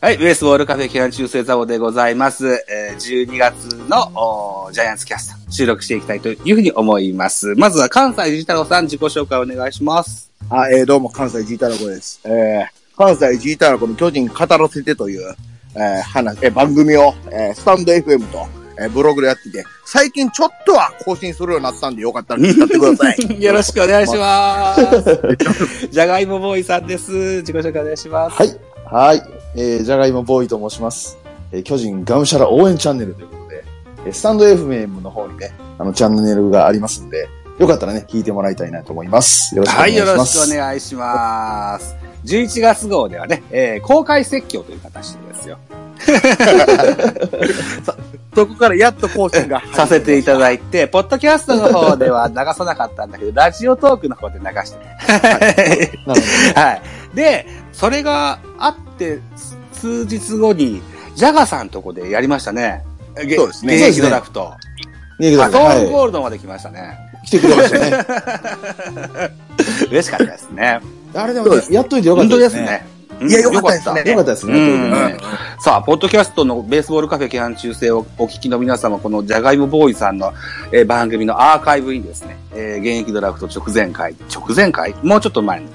はい、ベースボールカフェ期間中世ザボでございます。えー12月のおージャイアンツキャスター収録していきたいというふうに思います。まずは関西ジ太郎さん自己紹介お願いします。あ、えーどうも、関西ジータラコです。えー関西ジータラコの巨人語らせてという、えー話、えー番組を、えースタンド FM と、えーブログでやってて、最近ちょっとは更新するようになったんで、よかったら聞いてやってくださ い。よろしくお願いし ます。じゃがいもボーイさんです。自己紹介お願いします。はい。はい。えー、じゃがいもボーイと申します。えー、巨人ガムシャラ応援チャンネルということで、えー、スタンド FM の方にね、あの、チャンネルがありますんで、よかったらね、聞いてもらいたいなと思います。よろしくおは願いい、しよろましくす。お願いします。11月号ではね、えー公開説教という形でですよ。そこからやっと更新が。させていただいて、ポッドキャストの方では流さなかったんだけ ど、ラジオトークの方で流して ね。なので、はい。で、それがあって、数日後に、ジャガさんとこでやりましたね。げそうですね現役ドラフト。逃げあてくだソさウい。ルゴはールドまで来ましたね。い。来てくれましたね。嬉しかったですね。あれでもね、やっといてよかっ本た当でですすねね。。うんいやよかったですねよかったですね。うんやっといてねさあ、ポッドキャストのベースボールカフェ期間中制をお聞きの皆様、このジャガイモボーイさんの、えー番組のアーカイブにですね、えー現役ドラフト直前回、直前回もうちょっと前に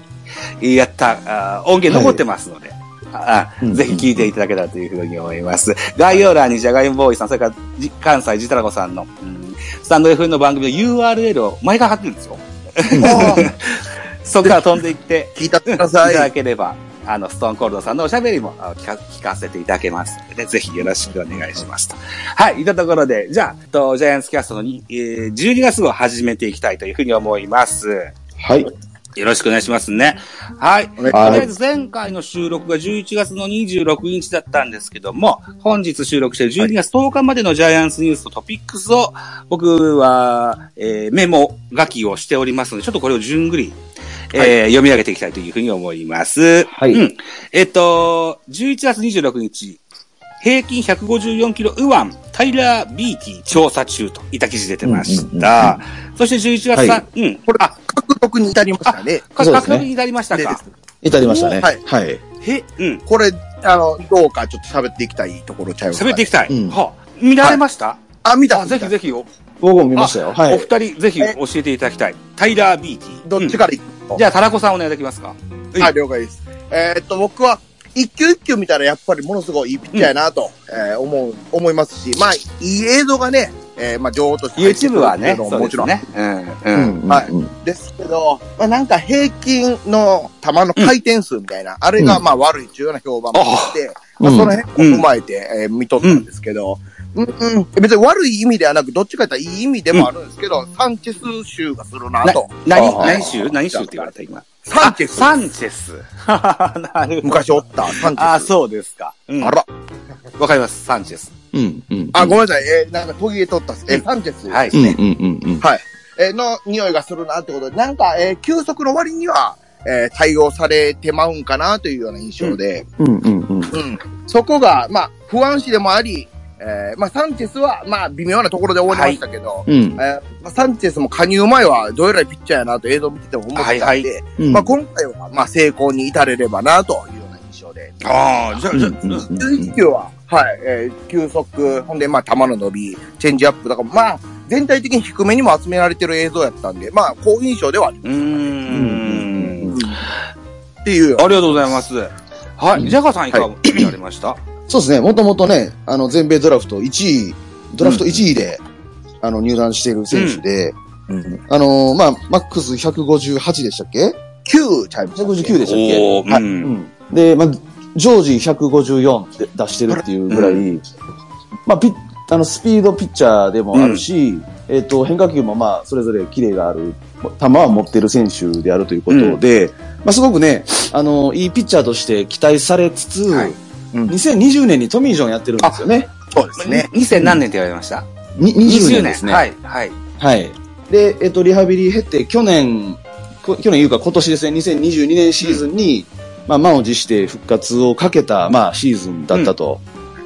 えーやった、あー音源残ってますので、あうんぜひ聞いていただけたらというふうに思います。概要欄にジャガイモボーイさん、それからじ関西ジタラコさんの、うんスタンド FM の番組の URL を毎回貼ってるんですよ。あーそこから飛んでいって、聞いてくだいたさだい。ければ、あの、ストーンコールドさんのおしゃべりもあ聞か聞かせていただけますので、ぜひよろしくお願いしますと。はい、いったところで、じゃあ、えっとジャイアンツキャストのに、えー12月を始めていきたいというふうに思います。はい。よろしくお願いしますね。はい。お願いしとまりあすえず前回の収録が11月の26日だったんですけども、本日収録して12月10日までのジャイアンツニュースとトピックスを、僕は、えーメモ書きをしておりますので、ちょっとこれを順繰り、えー読み上げていきたいというふうに思います。はいうん。えっと、11月26日、平均154キロ右腕、タイラー・ビーティ調査中といった記事出てました。そして11月3、はうん。これ、あ、獲得に至りましたね。かそうで獲すね得になりましたでか。至りましたね。ははいい。はい。へ、うん。これ、あの、どうかちょっと喋っていきたいところちゃいますか喋っていきたい。うんはあ見られました、あ、見たあ、ぜひぜひお、僕も見ましたよ。はおい。二人、ぜひ教えていただきたい。タイラー・ビーティ。どっちからいくうんじゃあ、田中さんお願いできますかうんはい、了解です。えーっと、僕は、一球一球見たらやっぱりものすごいいいピッチャーやなと、えー思う、思いますし、まあ、いい映像がね、えーまあ、情報として入ってく ?YouTube るはっていね、うのそもうもでちすろん。ね。ううんん、うん。うん。はいうんですけど、まあ、なんか平均の球の回転数みたいな、あれがうんまあ悪い重要な評判もあって、うんまあ、その辺も踏まえて、えー見とったんですけど、うん、うん、別に悪い意味ではなく、どっちかというといい意味でもあるんですけど、サンチェス州がするなと。何、あー何州何州って言われた今。サンチェスサンチェス。なるほど。昔おった、サンチあェあ、ス。そうですか。うん。あら。 わかります、サンチェス。うん。うん。あ、ごめんなさい。えーなんか途切れとったっす。えうんー、サンチェス。はいうん。うん。うん。うん。えーの匂いがするなってことで、なんか、えー、休息の割には、えー対応されてまうんかなというような印象で、うん。うん。うん。うん。そこが、まあ、不安視でもあり、えーまあ、サンチェスは、まあ、微妙なところで終わりましたけど、うんえーまあ、サンチェスも加入前は、どうやらいピッチャーやなと映像見てても思ってたんで、はいうん。まあ、今回は、まあ、成功に至れればなというような印象で、ああ、じゃあ、じゃあ、うんうん11球は、はい、えー球速、ほんで、まあ、球の伸び、チェンジアップ、だから、まあ、全体的に低めにも集められてる映像やったんで、まあ、好印象ではあるうーん。っていうよありがとうございます。はい。ジャガさんいかが見られましたそうですね。もともとね、あの、全米ドラフト1位、ドラフト1位で、あの、入団している選手で、あのーまあ、マックス158でしたっけ9ちゃいましたっけ ?159 でしたっけおーはい、うんうんで、まあ、ジョージ154で出してるっていうぐらい、うまあ、ピッあの、スピードピッチャーでもあるし、えっ、と、変化球もまあ、それぞれキレがある、球は持ってる選手であるということで、まあ、すごくね、あの、いいピッチャーとして期待されつつ、はいうん2020年にトミー・ジョンやってるんですよね。そうですね。 2000何年って言われましたに20年ですね。はい、はい。はい。で、えっと、リハビリ経て、去年、こ去年いうか今年ですね、2022年シーズンに、まあ、満を持して復活をかけた、まあ、シーズンだったと。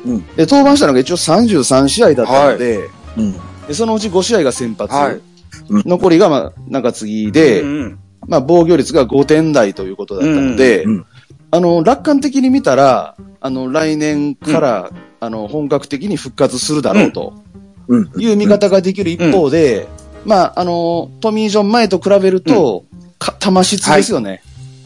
うんうんで、登板したのが一応33試合だったので、うん。でそのうち5試合が先発。はいうん残りが、まあ、中継ぎで、うんまあ、防御率が5点台ということだったので、うんうんまあの、楽観的に見たら、あの、来年から、あの、本格的に復活するだろうとうん。いう見方ができる一方で、まあ、あの、トミー・ジョン前と比べると、か球質ですよね、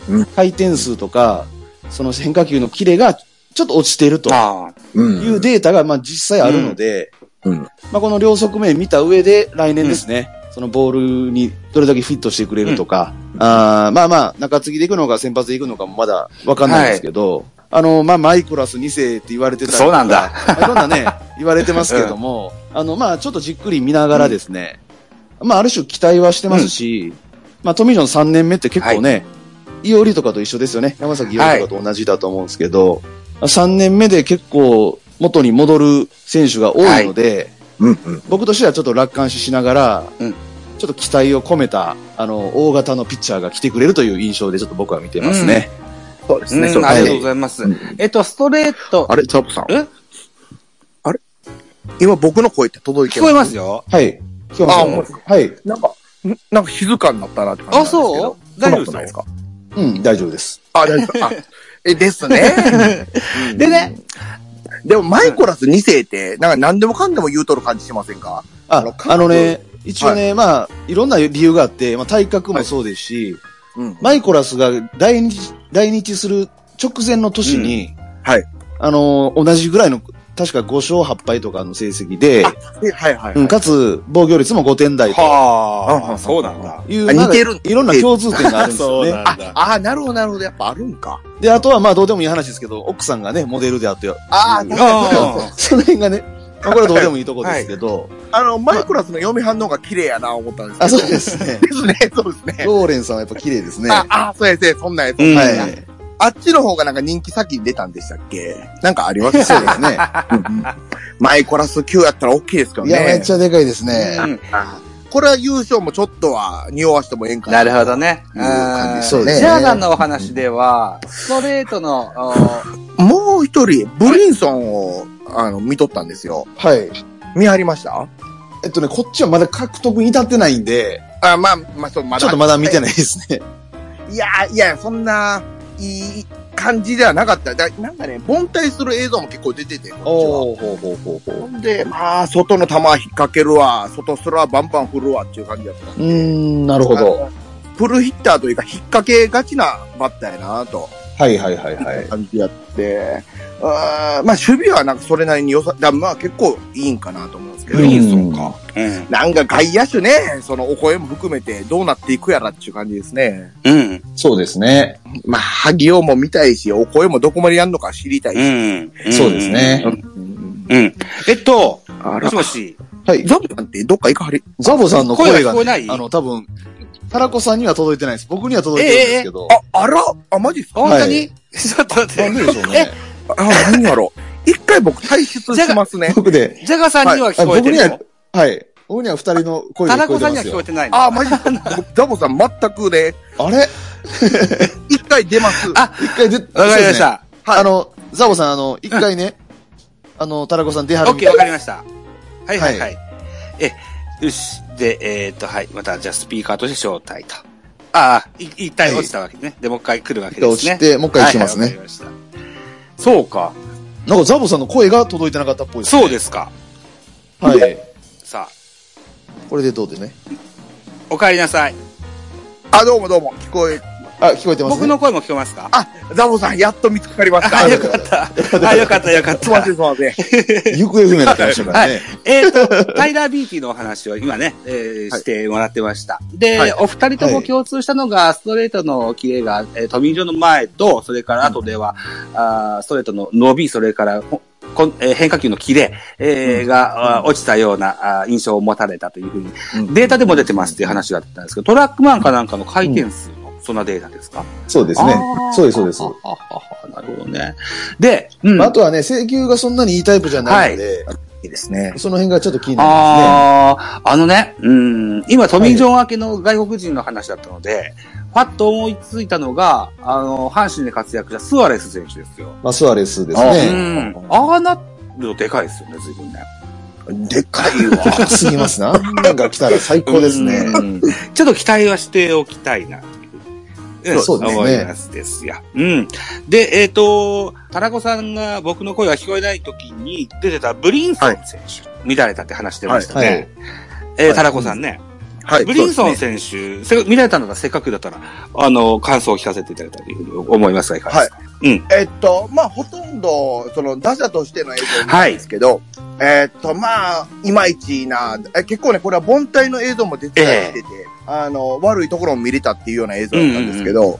うん回転数とか、その変化球のキレがちょっと落ちているとあういん。うデータが、まあ、実際あるので、うん。まあ、この両側面見た上で、来年ですね、そのボールにどれだけフィットしてくれるとか、あーまあまあ、中継ぎで行くのか先発で行くのかもまだわかんないですけど、あの、まあ、マイクラス2世って言われてたりとかそうなんだ。まあいろんな ね、言われてますけども、あの、まあ、ちょっとじっくり見ながらですね、まあ、ある種期待はしてますし、まあ、トミージョン3年目って結構ね、い、イオリとかと一緒ですよね。山崎イオリとかと同じだと思うんですけど、3年目で結構元に戻る選手が多いので、うん。うん。僕としてはちょっと楽観視しながら、うんちょっと期待を込めた、あの、大型のピッチャーが来てくれるという印象でちょっと僕は見てますね。そうですうん、あね。りがそうとうございます。うんえっと、ストレート。あれ、チャープさん。え今僕の声って届いて聞こえますよ。はい。今日あはあそうですはい。なんか、んなんか静かになったなって感じなんあ、ですけど。そうそ大んな丈こ夫となでいですすかかうん、大丈夫です。あ、大丈 夫ですかあえ、ですね。でね、でも、マイコラス2世って、なんか何でもかんでも言うとる感じしませんかああの、各あのね、一応ね、まあ、いろんな理由があって、まあ、体格もそうですし、うん。マイコラスが来日、来日する直前の年に、はい。あの、同じぐらいの、確か5勝8敗とかの成績で、ではいはいうんはい。かつ、防御率も5点台とはああ、そうなんだ。いう、あなんか似てるいろんな共通点があるんです よね。なん。ああ、なるほど、なるほど。やっぱあるんか。で、あとはまあどうでもいい話ですけど、奥さんがね、モデルであって、あああ、あ その辺がね、まあこれはどうでもいいとこですけど、あの、マイコラスの嫁反応が綺麗やな、思ったんですけど。あ、そうです ね。ですね、そうですね。ローレンさんはやっぱ綺麗ですね。あは、あ、そうやね、そんなんやつ。うんい。あっちの方がなんか人気先に出たんでしたっけなんかあります そうですね。マイコラス級やったら OK ですけどいね。や、めっちゃでかいですね。うんこれは優勝もちょっとは匂わしてもええんかなるほどね。いう感じそうですねジャーガンのお話では、ストレートの、おもう一人、ブリンソンを、あの、見とったんですよ。はい。見張りましたえっとね、こっちはまだ獲得に至ってないんで、あ、まあ、まあ、そう、まだ。ちょっとまだ見てないです ね。いやー、いや、そんな、いい感じではなかった。だなんかね、凡退する映像も結構出てて、こー、ほうほうほうっちは。ほほんで、まあ、外の球は引っ掛けるわ、外すらバンバン振るわっていう感じだった。う。うーん、なるほど。フルヒッターというか、引っ掛けがちなバッターやなと、はいはいはいはい。感じやって、あーまあ、守備はなんかそれなりに良さ、だまあ結構いいんかなと思うんですけど、ブリンソンか。うん。なんか外野手ね、そのお声も含めてどうなっていくやらっていう感じですね。うん。そうですね。まあ、萩尾も見たいし、お声もどこまでやんのか知りたいし。うん。そうですねうんうん。えっと、あもらし、もし、はい。ザブなんてどっか行かはり、ザボさんの声声がが聞こえね、ないあの、多分、タラコさんには届いてないです。僕には届いてるんですけど。あ、あらあ、マジっすか本当はにい ちょっと待ってなん。ででしょうね。あ、何やろう。一回僕退出しますね。僕で、ジャガさんには聞あこえ僕てるにのは、はい。僕には二人の声田が聞こ中さえてんまにはす聞こよえ。てないのあ、マジっすか僕ザボさん全くね、あれ一回出ます。あ一回で、わわかりまし。た。あの、ザボさん、あの、一回ね、あの、タラコさん出はオるッみケー、たわいかなりました。はいはいはい。え、よし。で、えーっと、はい。また、じゃあ、スピーカーとして招待と。ああ、い一体落ちたわけね。で、もう一回来るわけ一回で落すね。ちて、もう一回来てますはいね。はいわかりましたそうか。なんかザボさんの声が届いてなかったっぽいです。そうですか。はい。さあ、これでどうでね。お帰りなさい。あ、どうもどうも、聞こえ、あ、聞こえてます僕の声も聞こえます かあ、ザボさん、やっと見つかりました。あ、すよかった。あ、よかった、よかっいまたせん、す。いません。行方不明だったりしたからね。えっと、タイラー・ビーティーのお話を今ね、えーはいしてもらってました。で、はいお二人とも共通したのが、ストレートのキレが、えートミー・ジョンの前と、それから後では、あーストレートの伸び、それから、ほこんえー変化球のキレ、えーが、あー落ちたようなあー印象を持たれたというふうに、うんデータでも出てますっていう話があったんですけど、トラックマンかなんかの回転数の、そんなデータですかそうでですね。そうです、そうです。なるほどね。で、うん。まああとはね、請求がそんなにいいタイプじゃないので、いいですね。その辺がちょっと気になりまああ、あのね、うん、今、トミー・ジョン明けの外国人の話だったので、パッと思いついたのが、あの、阪神で活躍したスアレス選手ですよ。すね。まあ、スアレスですうね。ん。ああなるとでかいですよね、随分ね。でかいわ。すぎますね。あんなんが来たら最高ですね。ちょっと期待はしておきたいな。うんそうですね思いますですよ。うん。で、えっ、と、タラコさんが僕の声が聞こえない時に出てたブリンソン選手、乱れたって話してましたね。はいえはー、いタラコさんね。はい。ブリンソンそうです選ね手、せ見られたのがせっかくだったら、あの、感想を聞かせていただいたというふうに思いますが、いかがですかえっと、まあ、ほとんど、その、打者としての映像なんですけど、えっと、まあ、いまいちな、え結構ね、これは凡退の映像も出てたりしてて、あの、悪いところも見れたっていうような映像なんですけど、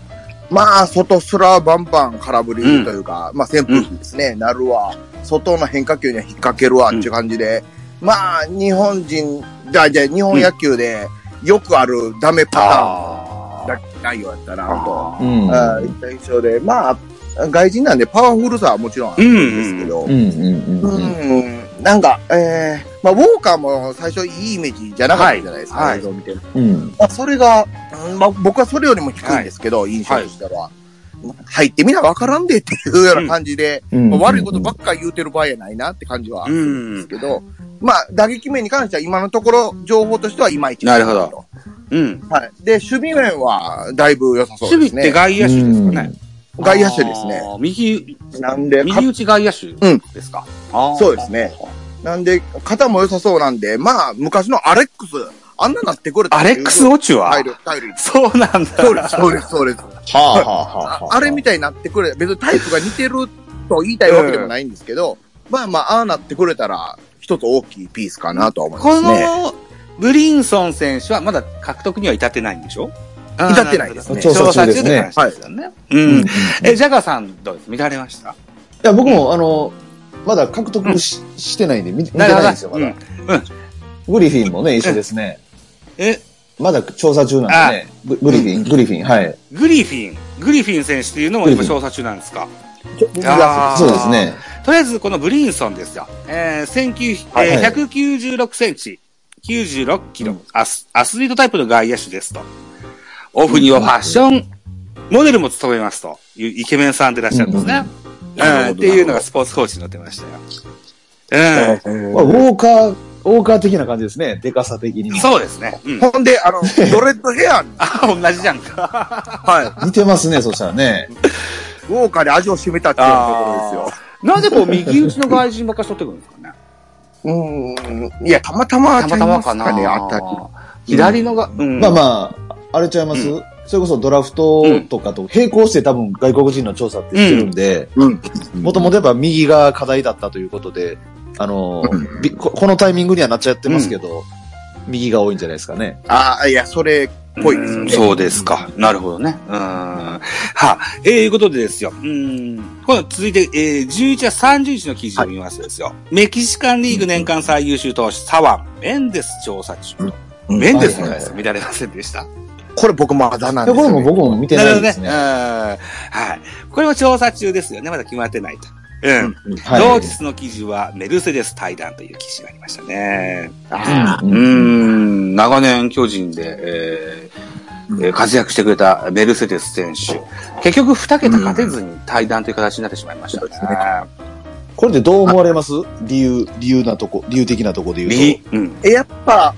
まあ、外すらバンバン空振りというか、まあ、扇風機ですね、なるわ、外の変化球には引っ掛けるわっていう感じで、まあ、日本人、だじゃあ日本野球でよくあるダメパあターンだけないようやったなーと。あーうん。うんあーいった印象で、まあ、外人なんでパワフルさはもちろんあるんですけど、ううんんうんうん。なんか、えー、まあ、ウォーカーも最初いいイメージじゃなかったじゃないですか、はい映像見てる。うん。まあ、それが、うんまあ、僕はそれよりも低いんですけど、印象としては。入ってみなわからんでっていうような感じで、うんまあ悪いことばっか言うてる場合やないなって感じはあるんですけど、まあ、打撃面に関しては今のところ情報としてはいまいちなるほど。うん。はい。で、守備面はだいぶ良さそう守備でっすね。て外野手ですかね。外野手ですね。あー。右、なんで、右打ち外野手うんですか、あーそうですね。なんで、肩も良さそうなんで、まあ、昔のアレックス、あんななってくれたアレックス・オチュは体力、体力。そうなんだ。そうです、そうです、そうです。はあはあはああはあ。あれみたいになってくれ、別にタイプが似てると言いたいわけでもないんですけど、まあまあ、ああなってくれたら、一つ大きいピースかなとは思いまこすね。の、ブリンソン選手はまだ獲得には至ってないんでしょ至ってないですね調査中調査中でですすねね。はい。ね。うんううんん。え、ジャガーさん、どうです見られましたいや、僕も、あの、まだ獲得し,、てないんで見、見てないんですよ、まうだ。ん。グリフィンもね、一緒ですね。え、まだ調査中なんでね。ググリフィン、グリフィン、はい。グリフィン。グリフィン選手っていうのも今グリフィ調査中なんですかあーそうですね。とりあえず、このブリンソンですよ。えー、19はいえはいー196センチ、96キロ、アス、アスリートタイプの外野手ですと。オフにはファッション、モデルも務めますというイケメンさんでいらっしゃるんですね。うんなるほっどていうのがスポーツ報知に載ってましたよ。うん。まあウォーカー、ウォーカー的な感じですね。でかさ的に。そうですね。 うん。ほんで、あの、ドレッドヘアに、あ、同じじゃんか。はい、似てますね、そしたらね。ウォーカーで味を占めたっていうところですよ。なんでこう、右打ちの外人ばっかり取ってくるんですかね。うーん。いや、たまたまたちまゃいたますかかな。ね、あったり。左のが、うん。まあまあ、あれちゃいます、それこそドラフトとかと並行して多分外国人の調査ってしてるんで、うん。もともとやっぱ右が課題だったということで、あの、びここのタイミングにはなっちゃってますけど、右が多いんじゃないですかね。ああ、いや、それっぽいですようね。んそうですか。なるほどね。うん。はあ、えー、いうことでですよ。うん。今度続いて、えー、11月30日の記事を見ますとですよ。メキシカンリーグ年間最優秀投手、サワン、メンデス調査中。うんメンデスのはいやつ見られませんでした。これ僕まだなんでですこよ、れもね。僕も見てないですね。ね。うん。はい。これも調査中ですよね。まだ決まってないと。うん。はい同日の記事は、メルセデス対談という記事がありましたね。あうーん、長年巨人で、えーえー活躍してくれたメルセデス選手。結局2桁勝てずに退団という形になってしまいましたね。これでどう思われます理由、理由なとこ、理由的なとこで言う右、うん。ーやっぱ、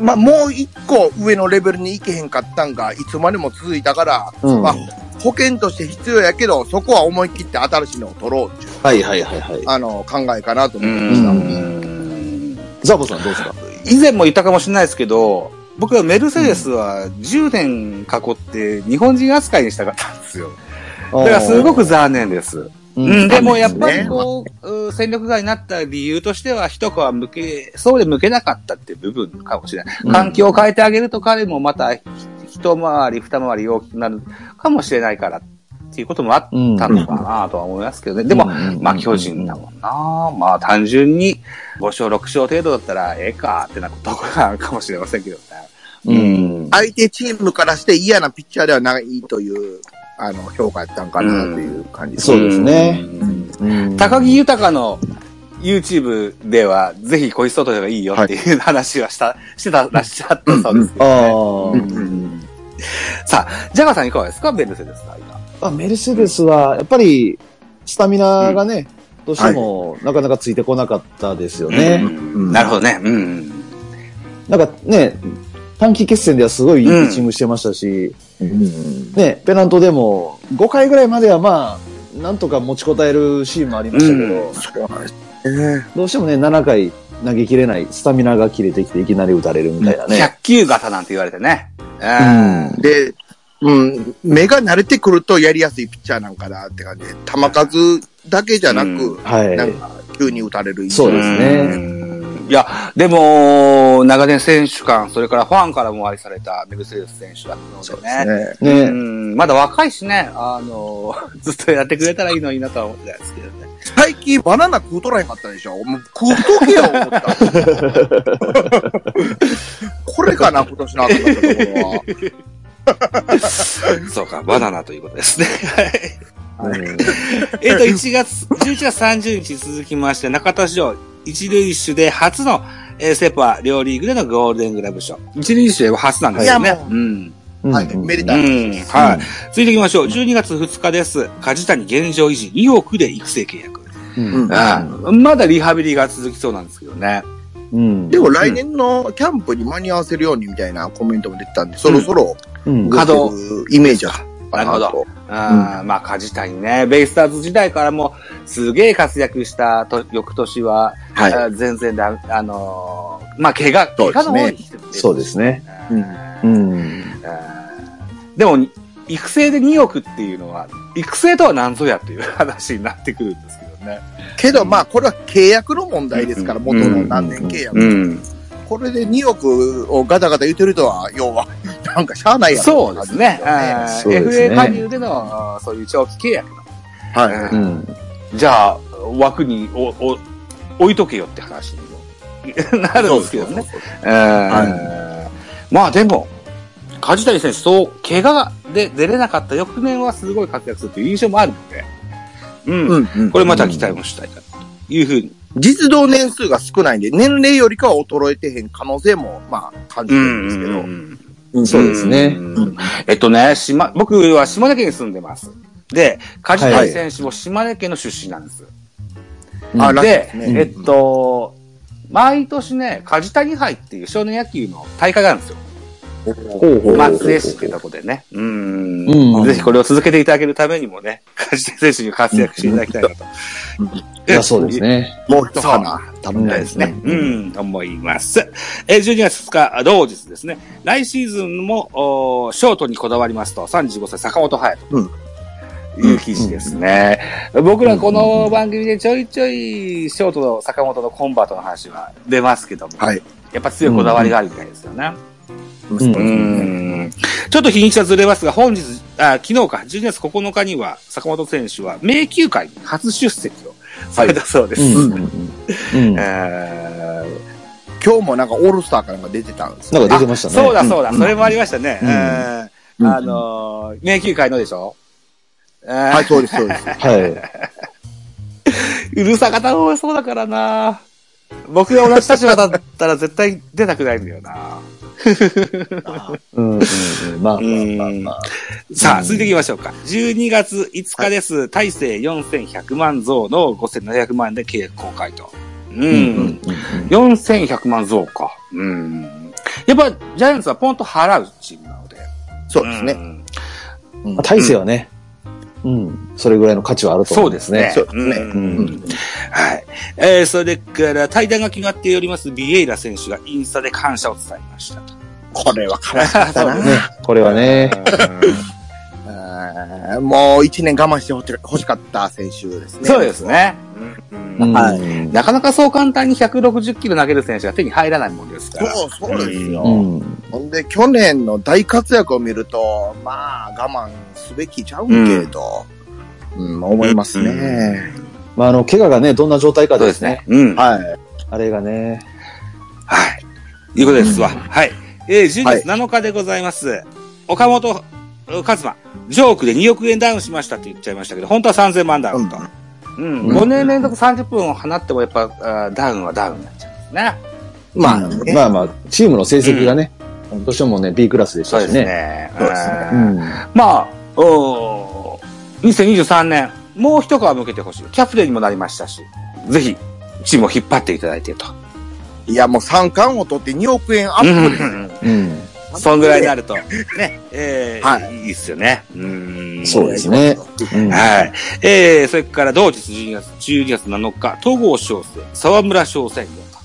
まあ、もう一個上のレベルに行けへんかったんが、いつまでも続いたから、と。うん。まあは、保険として必要やけど、そこは思い切って新しいのを取ろうっていう、いはいはいはい。あの、考えかなとう思ってました。ん。ザボさんどうですか以前も言ったかもしれないですけど、僕はメルセデスは10年囲って日本人扱いにしたかったんですよ。だからすごく残念です。ううん、でもやっぱぱりこう、うん戦力外になった理由としては、一皮向け、そうで向けなかったっていう部分かもしれない。うん環境を変えてあげると彼もまたひ一回り二回り大きくなるかもしれないからっていうこともあったのかなとは思いますけどね。でも、まあ巨人だもんな。まあ単純に5勝6勝程度だったらええかってなことなのかもしれませんけどね。ううん相手チームからして嫌なピッチャーではないという、あの、評価やったんかなという感じです、そうですねうんうん高木豊の YouTube では、ぜひ恋外がいいよっていう話はした、してたらっしゃったそうですけど、ねああ。さあ、ジャガーさんいかがですかベルセですかまあ、メルセデスは、やっぱり、スタミナがね、どうしても、なかなかついてこなかったですよね。うんなるほどね。うん。なんかね、短期決戦ではすごいいいピッチングしてましたし、うん。ね、ペナントでも5回ぐらいまではまあ、なんとか持ちこたえるシーンもありましたけど、うそうなんですね。どうしてもね、7回投げきれない、スタミナが切れてきていきなり打たれるみたいなね。 100球型なんて言われてね。うん。で、うん、目が慣れてくるとやりやすいピッチャーなんかなって感じで、球数だけじゃなく、はい。なんか急に打たれる印そ象うですねね。いや、でも、長年選手間、それからファンからも愛されたメルセデス選手だったのでね。ね。うね、ん、まだ若いしね、あの、 ずっとやってくれたらいいのになとは思ってないですけどね。 最近バナナ食うとらへんかったでしょもう食うとけよ、思った。これかな、今年の後だったところは。そうか、バナナということですね。うんえっと、1月、11月30日続きまして、中田賞、一塁手で初の、えーセパ両リーグでのゴールデングラブ賞。一塁手では初なんですよねいや。もううん。はい、メリうタリん。はい。続いていきましょう。12月2日です。梶谷現状維持2億で育成契約。うんうんまだリハビリが続きそうなんですけどね。うんでも来年のキャンプに間に合わせるようにみたいなコメントも出てたんで、そろそろうん稼働イメージは。なるほど。あーまあ、梶谷ね、ベイスターズ時代からもすげえ活躍したと翌年は、はいあー全然だ、あのーまあ、怪我、そ怪うで我すのね方に来てるそうですね。ううんんうん。でも、育成で2億っていうのは、育成とは何ぞやっていう話になってくるんですけどね。けどまあ、これは契約の問題ですから、うん元の何年契約。ん。これで2億をガタガタ言ってるとは、要は、なんかしゃあないやろそうですね。はあーそうですね FA 加入での、あーそういう長期契約。い。うん。じゃあ、枠におお置いとけよって話にもなるんですけどね。えーまあでも、梶谷選手、そう、怪我で出れなかった翌年はすごい活躍するという印象もあるので、うん。うんうんこれまた期待もしたいな、というふうに。実動年数が少ないんで、年齢よりかは衰えてへん可能性も、まあ、感じるんですけど。うんそうですね。んえっとね、島、僕は島根県に住んでます。で、梶谷選手も島根県の出身なんです。うんあらで、うんえっと、毎年ね、梶谷杯っていう少年野球の大会があるんですよ。ほうほう松江市ってとこでね。うんうんぜひこれを続けていただけるためにもね、梶谷選手に活躍していただきたいなと。いやそうですね。もう一花。食べそうですね。うん、思います。えー、12月2日、同日ですね。来シーズンも、おーショートにこだわりますと、35歳、坂本隼人。うんいう記事ですね。僕らこの番組でちょいちょい、ショートの坂本のコンバートの話は出ますけども。はいやっぱ強いこだわりがあるみたいですよね。うんうーんちょっと日にちはずれますが、本日、あ昨日か、12月9日には、坂本選手は、迷宮会に初出席をされたそうです。うん。うん。なんかえー今日もなんかオールスターかなんか出てたんですよ。出てましたね。あそうだそうだ、それもありましたね。うんうんあのー、迷宮会のでしょは、はいそうです、そうです。はい。い。うるさ方多そうだからな僕が同じ立場だったら絶対出たくないんだよなうん。うんうんまあまあまあまあ。さあ、続いていきましょうか。12月5日です。大勢4100万増の5700万円で契約公開と。うん。4100万増か。うん。やっぱ、ジャイアンツはポンと払うチームなので。そうですね。んまあ大勢はね、うん。それぐらいの価値はあると思そうんうですね。そうですねんうはい。えー、それから、対談が決まっておりますビエイラ選手がインスタで感謝を伝えましたと。これは悲しかったな。ね。これはね、えーもう一年我慢してほし欲しかった選手です ね。そうです。ね。うんはうんなかなかそう簡単に160キロ投げる選手が手に入らないもんですから。そう、そうですよ。うん。ほんで、去年の大活躍を見ると、まあ、我慢すべきちゃうんけど、うん、思いますね。まあ、あの、怪我がね、どんな状態かそうでですすねね。。うん。ははい。あれがね。い。いうことですわ。はい。えー、12月7日でございます。岡本和馬、ジョークで2億円ダウンしましたって言っちゃいましたけど、本当は3000万ダウンと。うん。うん5年連続30分を放ってもやっぱ、あーダウンはダウンになっちゃうんですね。まあ、うんね、まあまあ、チームの成績がね、どうしてもね、B クラスでしそたうでしすね。ね。そうですねうん。まあ、おー2023年、もう一皮向けてほしい。キャプテンにもなりましたし、ぜひ、チームを引っ張っていただいてと。いや、もう三冠を取って2億円アップですよ。うん。そんぐらいになると。ね。えー、はいいっすよね。うん。そうですね。うんはい。えー、それから同日12月、12月7日、東郷商船、沢村商船業と。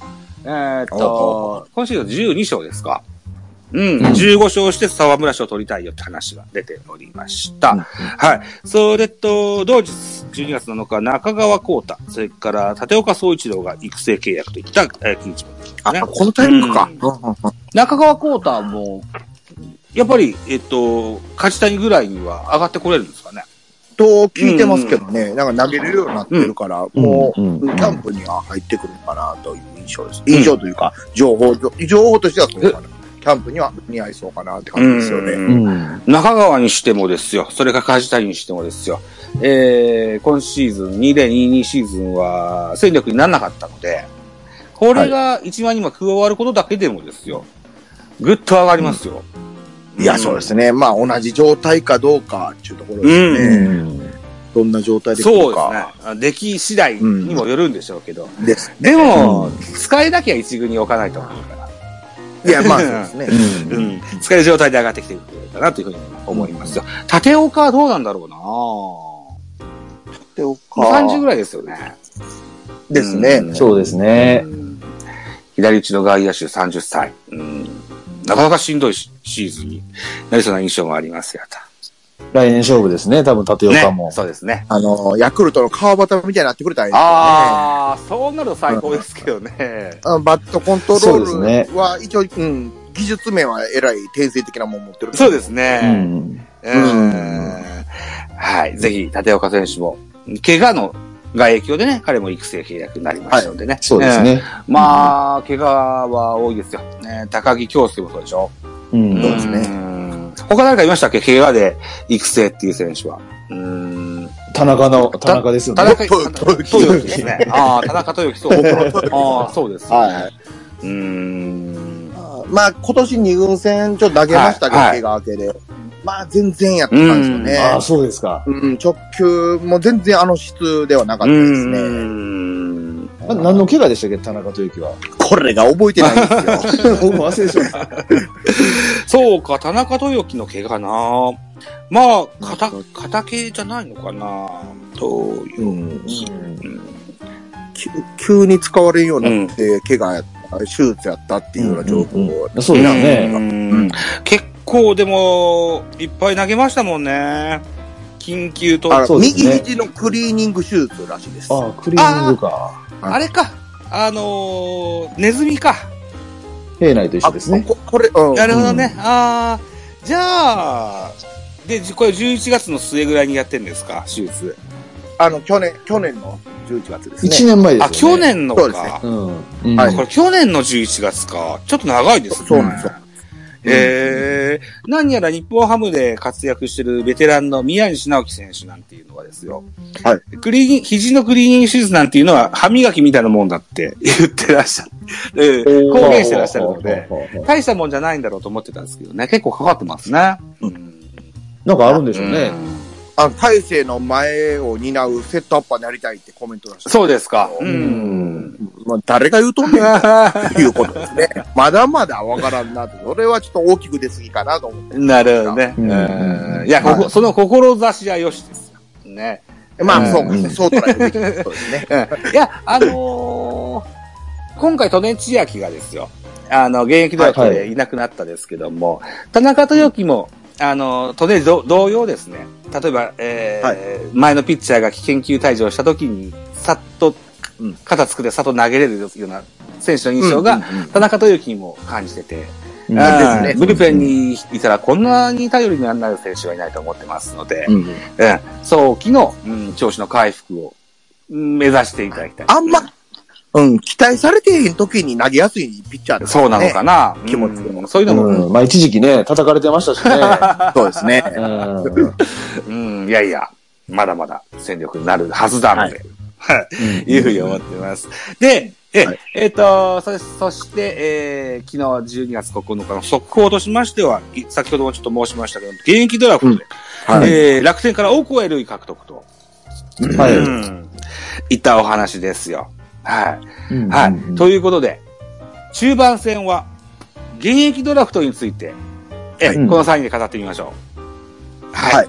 えーっと、今シーズン12勝ですか。うん、15勝して沢村賞取りたいよって話が出ておりました。はい。それと、同日、12月7日、中川幸太、それから、立岡総一郎が育成契約といった、えー、近日あ、このタイミングか。う中川幸太も、やっぱり、えっと、梶谷ぐらいには上がってこれるんですかね。んと聞いてますけどね、なんか投げれるようになってるから、もう、うんキャンプには入ってくるのかなという印象です。印象というか、情報、情報としてはそうかな。キャンプには似合いそうかなって感じですよね。うん中川にしてもですよ。それから梶谷にしてもですよ。えー、今シーズン、2022シーズンは戦力にならなかったので、これが一番今加わることだけでもですよ。ぐっと上がりますよ。いや、そうですね。まあ、同じ状態かどうかっていうところですね。どんな状態で来そうるでか。すね。出来次第にもよるんでしょうけど。ですね。でも、使えなきゃ一軍に置かないと思うから。いや、まあ、そうですね。うん。使える状態で上がってきてくれるかなというふうに思いますよ。縦岡はどうなんだろうなでおぁ。30ぐらいですよね。ですね。うんそうですね。左打ちの外野手30歳。うん。なかなかしんどいしシーズンになりそうな印象もありますよ、来年勝負ですね、多分、立と。岡ねも。。そうですね。あの、ヤクルトの川端みたいになってくれたらいいですよね。ああ、そうなると最高ですけどね。あバットコントロそうでールは、一応、うん、技術面はえらい天性的なもん持ってる。そうですうね。ん。うん。はい。ぜひ、立岡選手も、怪我のが影響でね、彼も育成契約になりましたのでね。そうですね。うん。まあ、怪我は多いですよ。ね、高木京介もそうでしょ。うん。そうですねん他誰かいましたっけ怪我で育成っていう選手は。うん。田中の、田中ですよ田ね。中豊豊豊之ですね。 ああ、田中豊之、そう。ああ、そうです、ね。はいはいうーん。あーまあ、今年二軍戦ちょっと投げましたけど、はい怪我明けで。まあ、全然やったんですよね。ああ、そうですか。うん、直球も全然あの質ではなかうったですね。ーん。ま何の怪我でしたっけ、田中豊樹は。これが覚えてないん ですよ。僕も忘れてしまった。そうか、田中豊樹の怪我なまあ、肩、肩系じゃないのかなという。うん急急に使われるようになって、怪我やった、手術やったっていうような情報を。そうですね。ね。結構でも、いっぱい投げましたもんね。緊急と。ああのそうです右ね肘のクリーニング手術らしいです。ああ、クリーニングか。れか。あのーネズミか。平内と一緒ですね。ここれ、うん。なるほどね。ああ、じゃあ、で、じこれ11月の末ぐらいにやってんですか、手術。あの、去年、去年の11月ですね。一年前ですよね。あ、去。年のそうですかね。うん。はこれ去年の11月か。ちょっと長いですね。そうなんですよえー、何やら日本ハムで活躍してるベテランの宮西直樹選手なんていうのはですよ。。はいクリーニン肘のクリーニング手術なんていうのは歯磨きみたいなもんだって言ってらっしゃる。うん公言してらっしゃるので、大したもんじゃないんだろうと思ってたんですけどね。結構かかってますね。うん。なんかあるんでしょうね。んあの、大勢の前を担うセットアッパーになりたいってコメント出してそうですか。う。うんまあ、誰が言うとんねんっていうことです ね。まだまだわからんなと。それはちょっと大きく出すぎかなと思っ なるほどね。うんうんいや、ここその志はよしですよ。ね。て。まうあ、んそうか、そう捉えるべきことですね。うんいや、あのー今回、利根千秋がですよ、あの、現役ドラフトはいはでいなくなったですけども、田中豊樹も、あの、利根同同様ですね、例えば、えーはい前のピッチャーが危険球退場した時に、さっとうん、肩つくでさっと投げれるような選手の印象が、田中豊樹にも感じてて、うんあーですねブルペンにいたらこんなに頼りにならない選手はいないと思ってますので、うんうん早期の、うん調子の回復をうん目指していただきたい。あんま、うん、期待されてへん時に投げやすいピッチャーですそうなのかな、うん気持ちでもそういうのも、うん。まあ一時期ね、叩かれてましたしね。な。 そうですね。うんうん、いやいや、まだまだ戦力になるはずだので、はい、いうふうに思ってます。で、え、はいえっ、と、そ、そして、えー昨日12月9日の速報としましては、い先ほどもちょっと申しましたけど、現役ドラフトで、はいえー楽天から大越え類獲得と、はうい。ん、いったお話ですよ。はい。嗯うん哎はい。ということで、中盤戦は、現役ドラフトについてええうんこの3人で語ってみましょう。はい。